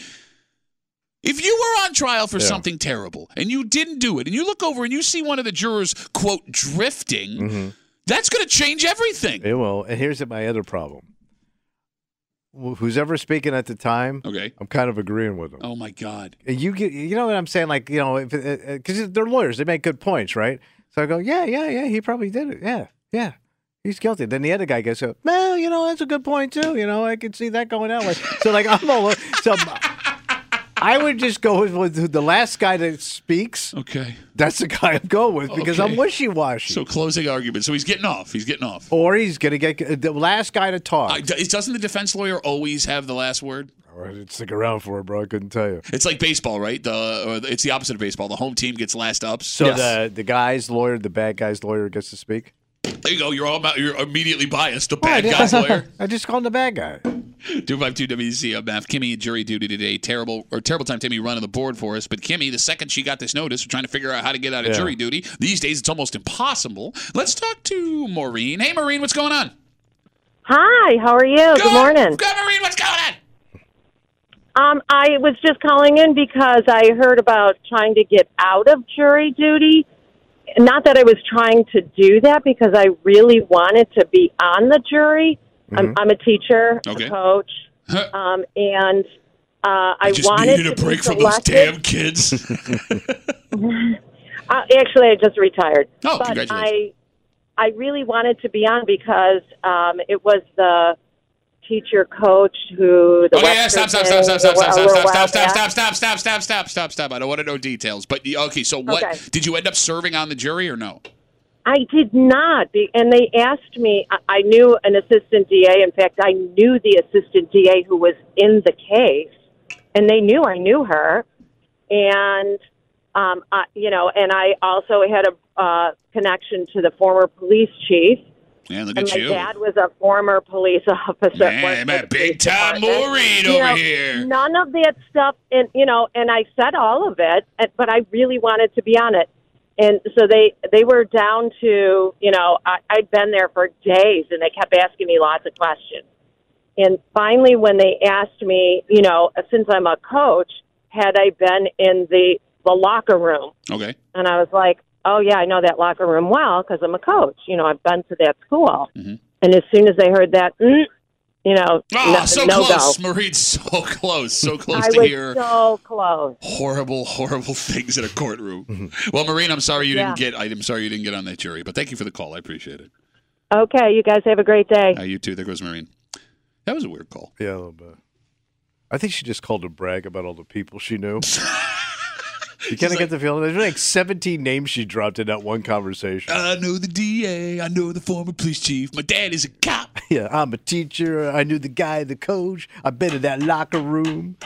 Speaker 1: if you were on trial for
Speaker 2: Yeah.
Speaker 1: something terrible and you didn't do it, and you look over and you see one of the jurors quote drifting, that's going to change everything.
Speaker 2: Mm-hmm. It will. And here's my other problem. Wh- Who's ever speaking at the time?
Speaker 1: Okay.
Speaker 2: I'm kind of agreeing with them.
Speaker 1: Oh my God.
Speaker 2: And you get, you know what I'm saying? Like, you know, uh, because they're lawyers, they make good points, right? So I go, yeah, yeah, yeah, he probably did it. Yeah, yeah, he's guilty. Then the other guy goes, well, you know, that's a good point too. You know, I could see that going that way. So like, I'm all o- so. I would just go with, with the last guy that speaks.
Speaker 1: Okay.
Speaker 2: That's the guy I'm going with because
Speaker 1: Okay.
Speaker 2: I'm wishy washy.
Speaker 1: So closing argument. So he's getting off. He's getting off.
Speaker 2: or he's gonna get uh, the last guy to talk.
Speaker 1: I, doesn't the defense lawyer always have the last word?
Speaker 2: Or I didn't stick around for it, bro. I couldn't tell you.
Speaker 1: It's like baseball, right? The or it's the opposite of baseball. The home team gets last ups.
Speaker 2: So the the guy's lawyer, the bad guy's lawyer, gets to speak.
Speaker 1: there you go. You're all about, you're immediately biased. The
Speaker 2: I
Speaker 1: bad
Speaker 2: did-
Speaker 1: guy's lawyer.
Speaker 2: I just called him the bad guy.
Speaker 1: 252 WCMF. Kimmy in jury duty today. Terrible or terrible time Timmy running the board for us. But Kimmy, the second she got this notice, we're trying to figure out how to get out of
Speaker 2: Yeah.
Speaker 1: jury duty. These days it's almost impossible. Let's talk to Maureen. Hey Maureen, what's going on?
Speaker 5: Hi, how are you? Oh, Good, morning.
Speaker 1: Good Maureen, what's going on?
Speaker 5: Um, I was just calling in because I heard about trying to get out of jury duty. Not that I was trying to do that because I really wanted to be on the jury. I'm, I'm a teacher,
Speaker 1: Mm-hmm. Okay.
Speaker 5: a coach,
Speaker 1: Huh.
Speaker 5: um, and uh, I,
Speaker 1: I just
Speaker 5: wanted
Speaker 1: needed a
Speaker 5: to
Speaker 1: break
Speaker 5: be
Speaker 1: from those
Speaker 5: selected.
Speaker 1: damn kids.
Speaker 5: Uh, actually, I just retired.
Speaker 1: Oh,
Speaker 5: but
Speaker 1: congratulations.
Speaker 5: I, I really wanted to be on because um, it was the teacher coach who the
Speaker 1: oh yeah, stop, stop, stop, stop,
Speaker 5: Webster
Speaker 1: stop, stop,
Speaker 5: thing a
Speaker 1: stop,
Speaker 5: little
Speaker 1: stop,
Speaker 5: while
Speaker 1: stop, stop,
Speaker 5: back.
Speaker 1: stop, stop, stop, stop, stop, stop, stop. I don't want to know details. But okay, so
Speaker 5: Okay.
Speaker 1: what did you end up serving on the jury or no?
Speaker 5: I did not. Be- And they asked me, I- I knew an assistant DA. In fact, I knew the assistant DA who was in the case, and they knew I knew her. And, um, I, you know, and I also had a uh, connection to the former police chief.
Speaker 1: Yeah, look
Speaker 5: and
Speaker 1: at
Speaker 5: my
Speaker 1: you.
Speaker 5: dad was a former police officer.
Speaker 1: Man,
Speaker 5: worked
Speaker 1: I'm a
Speaker 5: for the police
Speaker 1: big time
Speaker 5: department.
Speaker 1: Maureen
Speaker 5: You
Speaker 1: over
Speaker 5: know,
Speaker 1: here.
Speaker 5: None of that stuff, and you know, and I said all of it, and- but I really wanted to be on it, and so they they were down to you know I, I'd been there for days, and they kept asking me lots of questions, and finally when they asked me, you know, since I'm a coach, had I been in the the locker room,
Speaker 1: Okay.
Speaker 5: and I was like, oh, yeah, I know that locker room well because I'm a coach. You know, I've been to that school.
Speaker 1: Mhm.
Speaker 5: And as soon as they heard that, mm, you know,
Speaker 1: Oh,
Speaker 5: no,
Speaker 1: so
Speaker 5: no
Speaker 1: close,
Speaker 5: go.
Speaker 1: Maureen. So close. So close
Speaker 5: I
Speaker 1: to
Speaker 5: was
Speaker 1: hear
Speaker 5: so close.
Speaker 1: horrible, horrible things in a courtroom. well, Maureen, I'm sorry you didn't get. I'm sorry you didn't get on that jury, but thank you for the call. I appreciate it.
Speaker 5: Okay, you guys have a great day.
Speaker 1: Uh, you too. There goes Maureen. That was a weird call.
Speaker 2: Yeah, a little bit. I think she just called to brag about all the people she knew. you kind of get the feeling there's like 17 names she dropped in that one conversation.
Speaker 1: I know the DA. I know the former police chief. My dad is a cop.
Speaker 2: yeah, I'm a teacher. I knew the guy, the coach. I've been in that locker room.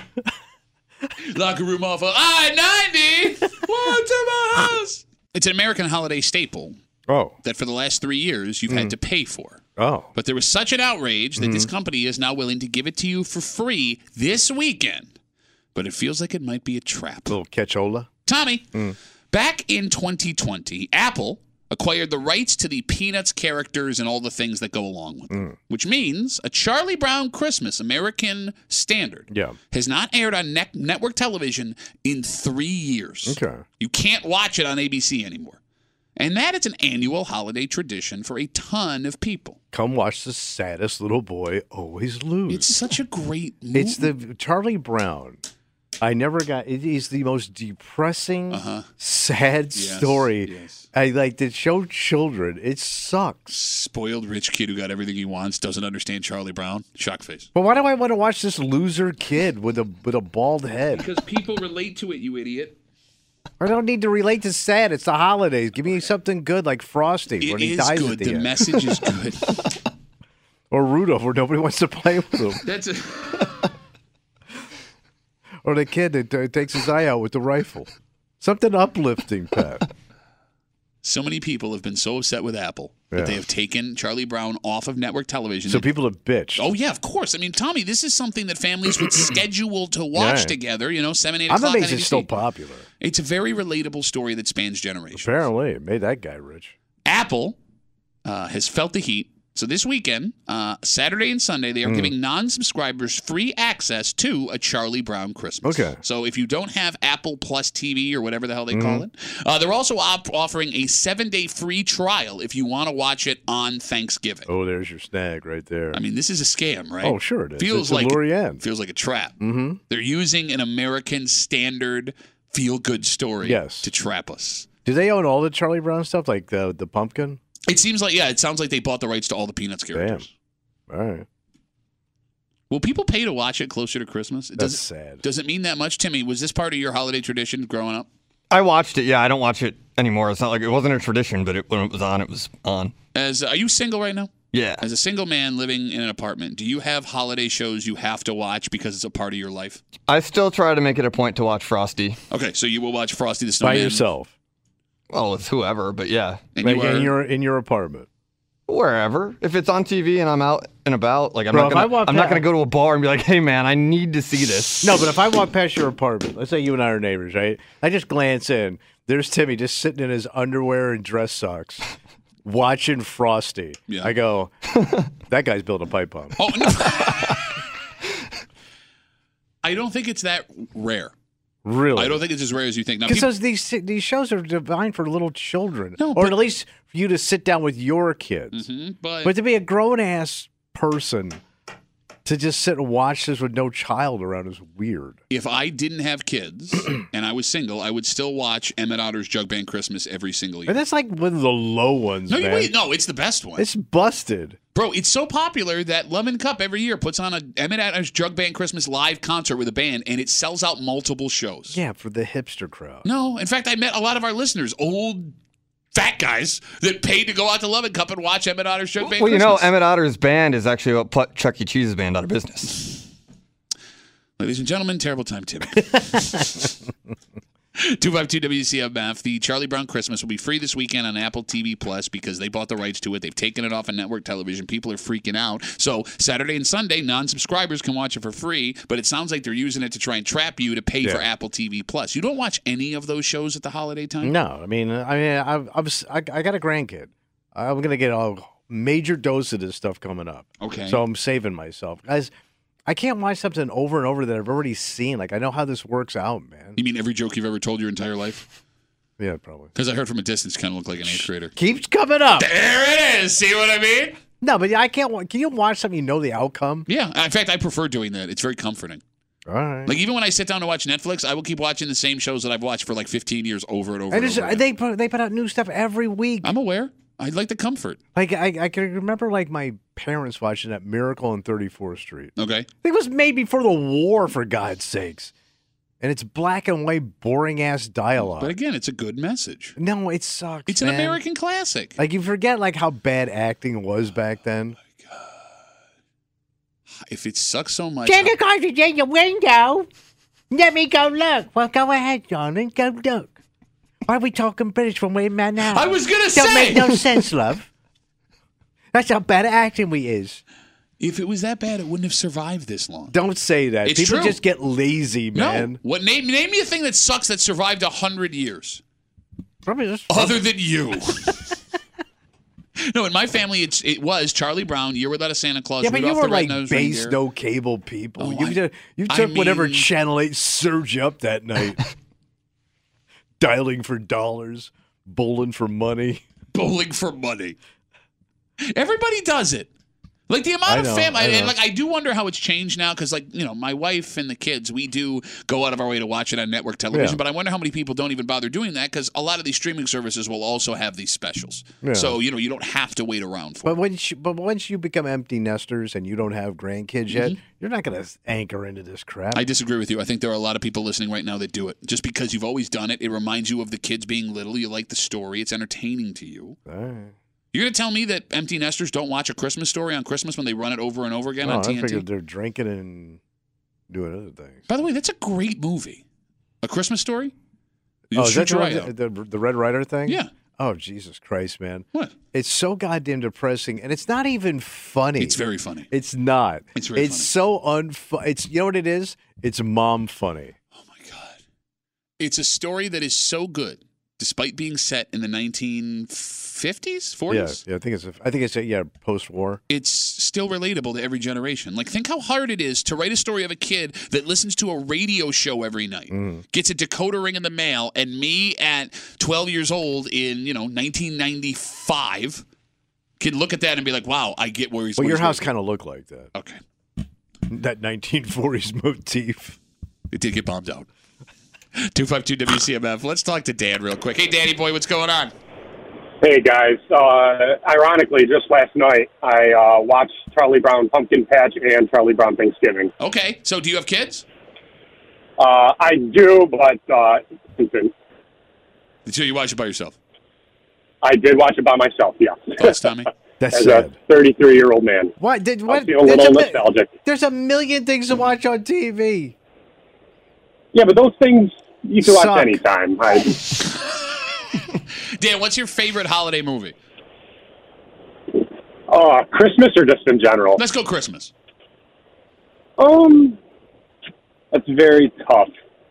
Speaker 1: Locker room off of I 90. Welcome to my house. It's an American holiday staple
Speaker 2: Oh,
Speaker 1: that for the last three years you've had to pay for.
Speaker 2: oh,
Speaker 1: But there was such an outrage that this company is now willing to give it to you for free this weekend. But it feels like it might be a trap.
Speaker 2: little catchola.
Speaker 1: Tommy,
Speaker 2: Mm.
Speaker 1: back in 2020, Apple acquired the rights to the Peanuts characters and all the things that go along with
Speaker 2: Mm.
Speaker 1: them, which means a Charlie Brown Christmas, American Standard,
Speaker 2: Yeah.
Speaker 1: has not aired on ne- network television in three years.
Speaker 2: Okay.
Speaker 1: You can't watch it on ABC anymore. And that is an annual holiday tradition for a ton of people.
Speaker 2: Come watch the saddest little boy always lose.
Speaker 1: It's such a great movie.
Speaker 2: It's the Charlie Brown. I never got. It is the most depressing, sad story.
Speaker 1: Uh-huh. yes.
Speaker 2: I like to show children. It sucks.
Speaker 1: spoiled rich kid who got everything he wants, doesn't understand Charlie Brown. Shock face.
Speaker 2: But why do I want to watch this loser kid with a with a bald head?
Speaker 1: Because people relate to it, you idiot.
Speaker 2: I don't need to relate to sad. It's the holidays. Give me something good like Frosty
Speaker 1: It
Speaker 2: when he
Speaker 1: is
Speaker 2: dies
Speaker 1: good.
Speaker 2: at the,
Speaker 1: the
Speaker 2: end,
Speaker 1: message is good.
Speaker 2: or Rudolph where nobody wants to play with him,
Speaker 1: That's a,
Speaker 2: or the kid that uh, takes his eye out with the rifle. Something uplifting, Pat.
Speaker 1: so many people have been so upset with Apple that
Speaker 2: Yeah.
Speaker 1: they have taken Charlie Brown off of network television.
Speaker 2: so
Speaker 1: They-
Speaker 2: people are bitch.
Speaker 1: Oh yeah, of course. I mean, Tommy, this is something that families would schedule to watch
Speaker 2: Yeah.
Speaker 1: together. You know, seven, eight
Speaker 2: I'm
Speaker 1: o'clock.
Speaker 2: amazed
Speaker 1: on
Speaker 2: it's
Speaker 1: ABC.
Speaker 2: still popular.
Speaker 1: It's a very relatable story that spans generations.
Speaker 2: Apparently, it made that guy rich.
Speaker 1: Apple uh, has felt the heat. So this weekend, uh, Saturday and Sunday,
Speaker 2: Hmm.
Speaker 1: they are giving non-subscribers free access to a Charlie Brown Christmas.
Speaker 2: Okay.
Speaker 1: So if you don't have Apple Plus TV or whatever the hell they
Speaker 2: Hmm.
Speaker 1: call it, uh, they're also op- offering a seven-day free trial if you want to watch it on Thanksgiving.
Speaker 2: Oh, there's your snag right there.
Speaker 1: I mean, this is a scam, right?
Speaker 2: Oh, sure Hmm. it is.
Speaker 1: Feels
Speaker 2: It's a
Speaker 1: like
Speaker 2: Lorient.
Speaker 1: feels like a trap. Mm-hmm. They're using an American standard feel-good story
Speaker 2: Yes.
Speaker 1: to trap us.
Speaker 2: Do they own all the Charlie Brown stuff, like the the pumpkin?
Speaker 1: It seems like yeah, it sounds like they bought the rights to all the Peanuts characters.
Speaker 2: Damn. All right.
Speaker 1: Will people pay to watch it closer to Christmas? It
Speaker 2: That's
Speaker 1: doesn't,
Speaker 2: sad.
Speaker 1: Does it mean that much, Timmy? Was this part of your holiday tradition growing up?
Speaker 3: I watched it. Yeah, I don't watch it anymore. It's not like it wasn't a tradition, but it, when it was on, it was on.
Speaker 1: As are you single right now?
Speaker 3: Yeah.
Speaker 1: As a single man living in an apartment, do you have holiday shows you have to watch because it's a part of your life?
Speaker 3: I still try to make it a point to watch Frosty.
Speaker 1: Okay, so you will watch Frosty the
Speaker 2: By
Speaker 1: Snowman
Speaker 2: yourself,
Speaker 3: Well, with whoever, but yeah,
Speaker 1: and
Speaker 2: like
Speaker 1: you are
Speaker 2: in your in your apartment.
Speaker 3: wherever. If it's on TV and I'm out and about, like I'm
Speaker 2: Bro,
Speaker 3: not
Speaker 2: if
Speaker 3: gonna,
Speaker 2: I walk
Speaker 3: I'm not
Speaker 2: past-
Speaker 3: gonna go to a bar and be like, hey man, I need to see this.
Speaker 2: No, but if I walk past your apartment, let's say you and I are neighbors, right? I just glance in. There's Timmy just sitting in his underwear and dress socks, watching Frosty.
Speaker 1: Yeah.
Speaker 2: I go, that guy's building a pipe bomb.
Speaker 1: Oh no. I don't think it's that rare.
Speaker 2: Really?
Speaker 1: I don't think it's as rare as you think. Now,
Speaker 2: Because
Speaker 1: people-
Speaker 2: those these these shows are designed for little children,
Speaker 1: No,
Speaker 2: or
Speaker 1: but-
Speaker 2: at least for you to sit down with your kids.
Speaker 1: Mhm, but,
Speaker 2: But to be a grown ass person to just sit and watch this with no child around is weird.
Speaker 1: if I didn't have kids and I was single, I would still watch Emmett Otter's Jug Band Christmas every single year.
Speaker 2: And that's like one of the low ones,
Speaker 1: no, you
Speaker 2: man.
Speaker 1: wait, no, it's the best one.
Speaker 2: It's busted.
Speaker 1: Bro, it's so popular that Love and Cup every year puts on a Emmett Adams Jug Band Christmas live concert with a band, and it sells out multiple shows.
Speaker 2: Yeah, for the hipster crowd.
Speaker 1: No, in fact, I met a lot of our listeners, old fat guys that paid to go out to Love and Cup and watch Emmett Otter's Jug Band
Speaker 3: Well, you
Speaker 1: Christmas.
Speaker 3: know, Emmett Otter's band is actually what put Chuck E. Cheese's band out of business.
Speaker 1: Ladies and gentlemen, terrible time, Timmy. 252 WCMF. The Charlie Brown Christmas will be free this weekend on Apple TV Plus because they bought the rights to it. They've taken it off of network television. People are freaking out. So Saturday and Sunday, non-subscribers can watch it for free. But it sounds like they're using it to try and trap you to pay for Apple TV Plus. You don't watch any of those shows at the holiday time.
Speaker 2: No, I mean, I mean, I've, I've si got a grandkid. I'm gonna get a major dose of this stuff coming up.
Speaker 1: Okay.
Speaker 2: So I'm saving myself, guys. I can't watch something over and over that I've already seen. Like I know how this works out, man.
Speaker 1: You mean every joke you've ever told your entire life?
Speaker 2: Yeah, probably.
Speaker 1: Because I heard from a distance, kind of looked like an eighth grader.
Speaker 2: Keeps coming up.
Speaker 1: There it is. See what I mean?
Speaker 2: No, but I can't. wa- Can you watch something you know the outcome?
Speaker 1: Yeah. In fact, I prefer doing that. It's very comforting.
Speaker 2: All right.
Speaker 1: Like even when I sit down to watch Netflix, I will keep watching the same shows that I've watched for like 15 years over and over.
Speaker 2: and
Speaker 1: And
Speaker 2: it's,
Speaker 1: over again.
Speaker 2: they put they put out new stuff every week.
Speaker 1: I'm aware. I like the comfort.
Speaker 2: Like I, I can remember like my parents watching that Miracle on 34th Street.
Speaker 1: Okay.
Speaker 2: It was made before the war, for God's sakes. And it's black and white, boring ass dialogue.
Speaker 1: But again, it's a good message.
Speaker 2: no, it sucks.
Speaker 1: It's an
Speaker 2: man.
Speaker 1: American classic.
Speaker 2: Like you forget like how bad acting was back then.
Speaker 1: If it sucks so much,
Speaker 6: Santa Claus is in the window. Let me go look.
Speaker 2: Well, go ahead, darling, go look. Why are we talking British when we're in Man
Speaker 1: I was gonna
Speaker 2: Don't
Speaker 1: say.
Speaker 2: make no sense, love. That's how bad acting we is.
Speaker 1: if it was that bad, it wouldn't have survived this long.
Speaker 2: Don't say that.
Speaker 1: It's
Speaker 2: People
Speaker 1: true.
Speaker 2: just get lazy, man.
Speaker 1: No. What name? Name me a thing that sucks that survived a hundred years.
Speaker 2: Probably just
Speaker 1: other than you. no, in my family, it's it was Charlie Brown, Year Without a Santa Claus.
Speaker 2: Yeah, but you
Speaker 1: Rudolph
Speaker 2: were
Speaker 1: the
Speaker 2: like
Speaker 1: Red-Nosed
Speaker 2: base
Speaker 1: Reindeer.
Speaker 2: no cable people.
Speaker 1: Oh,
Speaker 2: you,
Speaker 1: I-
Speaker 2: did- you
Speaker 1: I
Speaker 2: took whatever
Speaker 1: mean-
Speaker 2: Channel 8 served you up that night. Dialing for dollars, bowling for money.
Speaker 1: bowling for money. Everybody does it. Like the amount
Speaker 2: I
Speaker 1: of
Speaker 2: know,
Speaker 1: family,
Speaker 2: I
Speaker 1: and
Speaker 2: know.
Speaker 1: like I do wonder how it's changed now because, like, you know, my wife and the kids, we do go out of our way to watch it on network television,
Speaker 2: Yeah.
Speaker 1: but I wonder how many people don't even bother doing that because a lot of these streaming services will also have these specials.
Speaker 2: Yeah.
Speaker 1: So, you know, you don't have to wait around for
Speaker 2: But once, you, but once you become empty nesters and you don't have grandkids yet, you're not going to anchor into this crap.
Speaker 1: Mm-hmm. I disagree with you. I think there are a lot of people listening right now that do it. Just because you've always done it, it reminds you of the kids being little. You like the story, it's entertaining to you.
Speaker 2: All right.
Speaker 1: You're going to tell me that empty nesters don't watch a Christmas story on Christmas when they run it over and over again
Speaker 2: No,
Speaker 1: on
Speaker 2: Oh, I
Speaker 1: TNT?
Speaker 2: figured they're drinking and doing other things.
Speaker 1: By the way, that's a great movie. A Christmas story? You
Speaker 2: oh, is
Speaker 1: shoot
Speaker 2: that the,
Speaker 1: your
Speaker 2: one
Speaker 1: eye
Speaker 2: that-
Speaker 1: out.
Speaker 2: the, the Red Rider thing?
Speaker 1: Yeah.
Speaker 2: Oh, Jesus Christ, man.
Speaker 1: What?
Speaker 2: It's so goddamn depressing, and it's not even funny.
Speaker 1: It's very funny.
Speaker 2: It's not.
Speaker 1: It's very
Speaker 2: It's so unfun. It's you know what it is. It's mom funny.
Speaker 1: Oh my god. It's a story that is so good, despite being set in the 1950s, 40s.
Speaker 2: Yeah, yeah. I think it's. I think it's. Yeah, post war.
Speaker 1: It's still relatable to every generation. Like, think how hard it is to write a story of a kid that listens to a radio show every night,
Speaker 2: Mm.
Speaker 1: gets a decoder ring in the mail, and me at 12 years old in, you know, 1995 can look at that and be like, wow, I get where he's
Speaker 2: Well,
Speaker 1: where
Speaker 2: your
Speaker 1: he's
Speaker 2: house
Speaker 1: going.
Speaker 2: kind of looked like that.
Speaker 1: Okay.
Speaker 2: That 1940s motif.
Speaker 1: It did get bombed out. 252 WCMF. Let's talk to Dan real quick. Hey, Danny boy, what's going on?
Speaker 4: Hey guys, uh, ironically, just last night I uh, watched Charlie Brown Pumpkin Patch and Charlie Brown Thanksgiving.
Speaker 1: Okay, so do you have kids?
Speaker 4: Uh, I do, but uh, infant.
Speaker 1: So you watch it by yourself.
Speaker 4: I did watch it by myself. Yeah,
Speaker 1: Thoughts, Tommy?
Speaker 2: That's
Speaker 4: as a
Speaker 2: sad.
Speaker 4: 33 year old man,
Speaker 2: What did
Speaker 4: I
Speaker 2: what?
Speaker 4: feel a
Speaker 2: there's,
Speaker 4: little
Speaker 2: mi-
Speaker 4: nostalgic.
Speaker 2: there's a million things to watch on TV.
Speaker 4: Yeah, but those things you can
Speaker 2: Suck.
Speaker 4: watch anytime. I,
Speaker 1: Dan, what's your favorite holiday movie?
Speaker 4: uh, Christmas or just in general?
Speaker 1: Let's go Christmas.
Speaker 4: Um, that's very tough.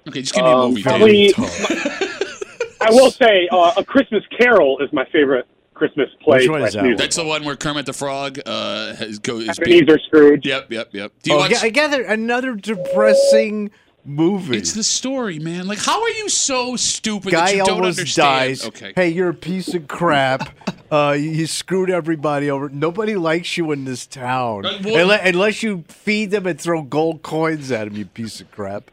Speaker 1: Okay, just give me a
Speaker 4: Um,
Speaker 1: movie, Dan.
Speaker 4: probably, I will say, uh, A Christmas Carol is my favorite Christmas play.
Speaker 2: Which one is
Speaker 4: slash
Speaker 2: that
Speaker 4: music.
Speaker 1: That's the one where Kermit the Frog uh, has go. Is being-
Speaker 4: Ebenezer Scrooge.
Speaker 1: yep, yep, yep. Do you
Speaker 2: Oh,
Speaker 1: watch?
Speaker 2: yeah, I gather another depressing movie.
Speaker 1: it's the story, man. Like, how are you so stupid that
Speaker 2: Guy
Speaker 1: you don't
Speaker 2: almost
Speaker 1: understand?
Speaker 2: dies.
Speaker 1: Okay.
Speaker 2: Hey, you're a piece of crap. Uh, you you screwed everybody over. Nobody likes you in this town
Speaker 1: Uh, well-
Speaker 2: unless, unless you feed them and throw gold coins at them. You piece of crap.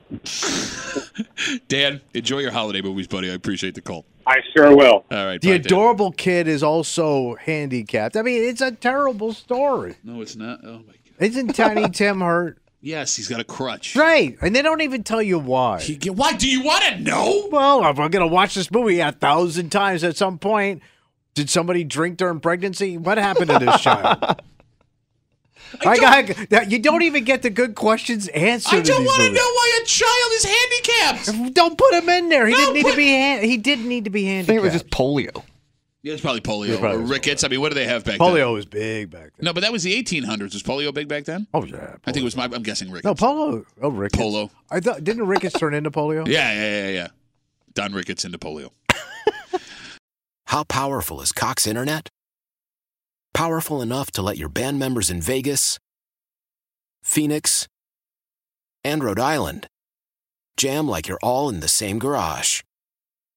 Speaker 1: Dan, enjoy your holiday movies, buddy. I appreciate the call.
Speaker 4: I sure will.
Speaker 1: All right.
Speaker 2: The
Speaker 1: bye, Dan.
Speaker 2: adorable kid is also handicapped. I mean, it's a terrible story.
Speaker 1: No, it's not. Oh my god.
Speaker 2: Isn't Tiny Tim hurt?
Speaker 1: Yes, he's got a crutch.
Speaker 2: Right, and they don't even tell you
Speaker 1: He
Speaker 2: why.
Speaker 1: get- Why do you want to know?
Speaker 2: Well, if I'm gonna watch this movie a thousand times at some point. Did somebody drink during pregnancy? What happened to this child? I got that- you don't even get the good questions answered.
Speaker 1: I don't
Speaker 2: want to
Speaker 1: know why a child is handicapped.
Speaker 2: know. Don't put him in there. He
Speaker 1: No,
Speaker 2: didn't need
Speaker 1: put-
Speaker 2: to be. Han- he didn't need to be
Speaker 3: I
Speaker 2: handicapped.
Speaker 3: think it was just polio.
Speaker 1: Yeah, it's probably polio
Speaker 2: It probably
Speaker 1: or
Speaker 2: was
Speaker 1: rickets. I mean, what do they have back then?
Speaker 2: polio was big back then.
Speaker 1: No, but that was the 1800s. Was polio big back then?
Speaker 2: Oh yeah.
Speaker 1: I think it was my. I'm guessing rickets.
Speaker 2: No polio. Oh rickets.
Speaker 1: Polo.
Speaker 2: I thought didn't rickets turn into polio?
Speaker 1: Yeah, yeah, yeah, yeah. Don Ricketts into polio.
Speaker 7: How powerful is Cox Internet? Powerful enough to let your band members in Vegas, Phoenix, and Rhode Island jam like you're all in the same garage.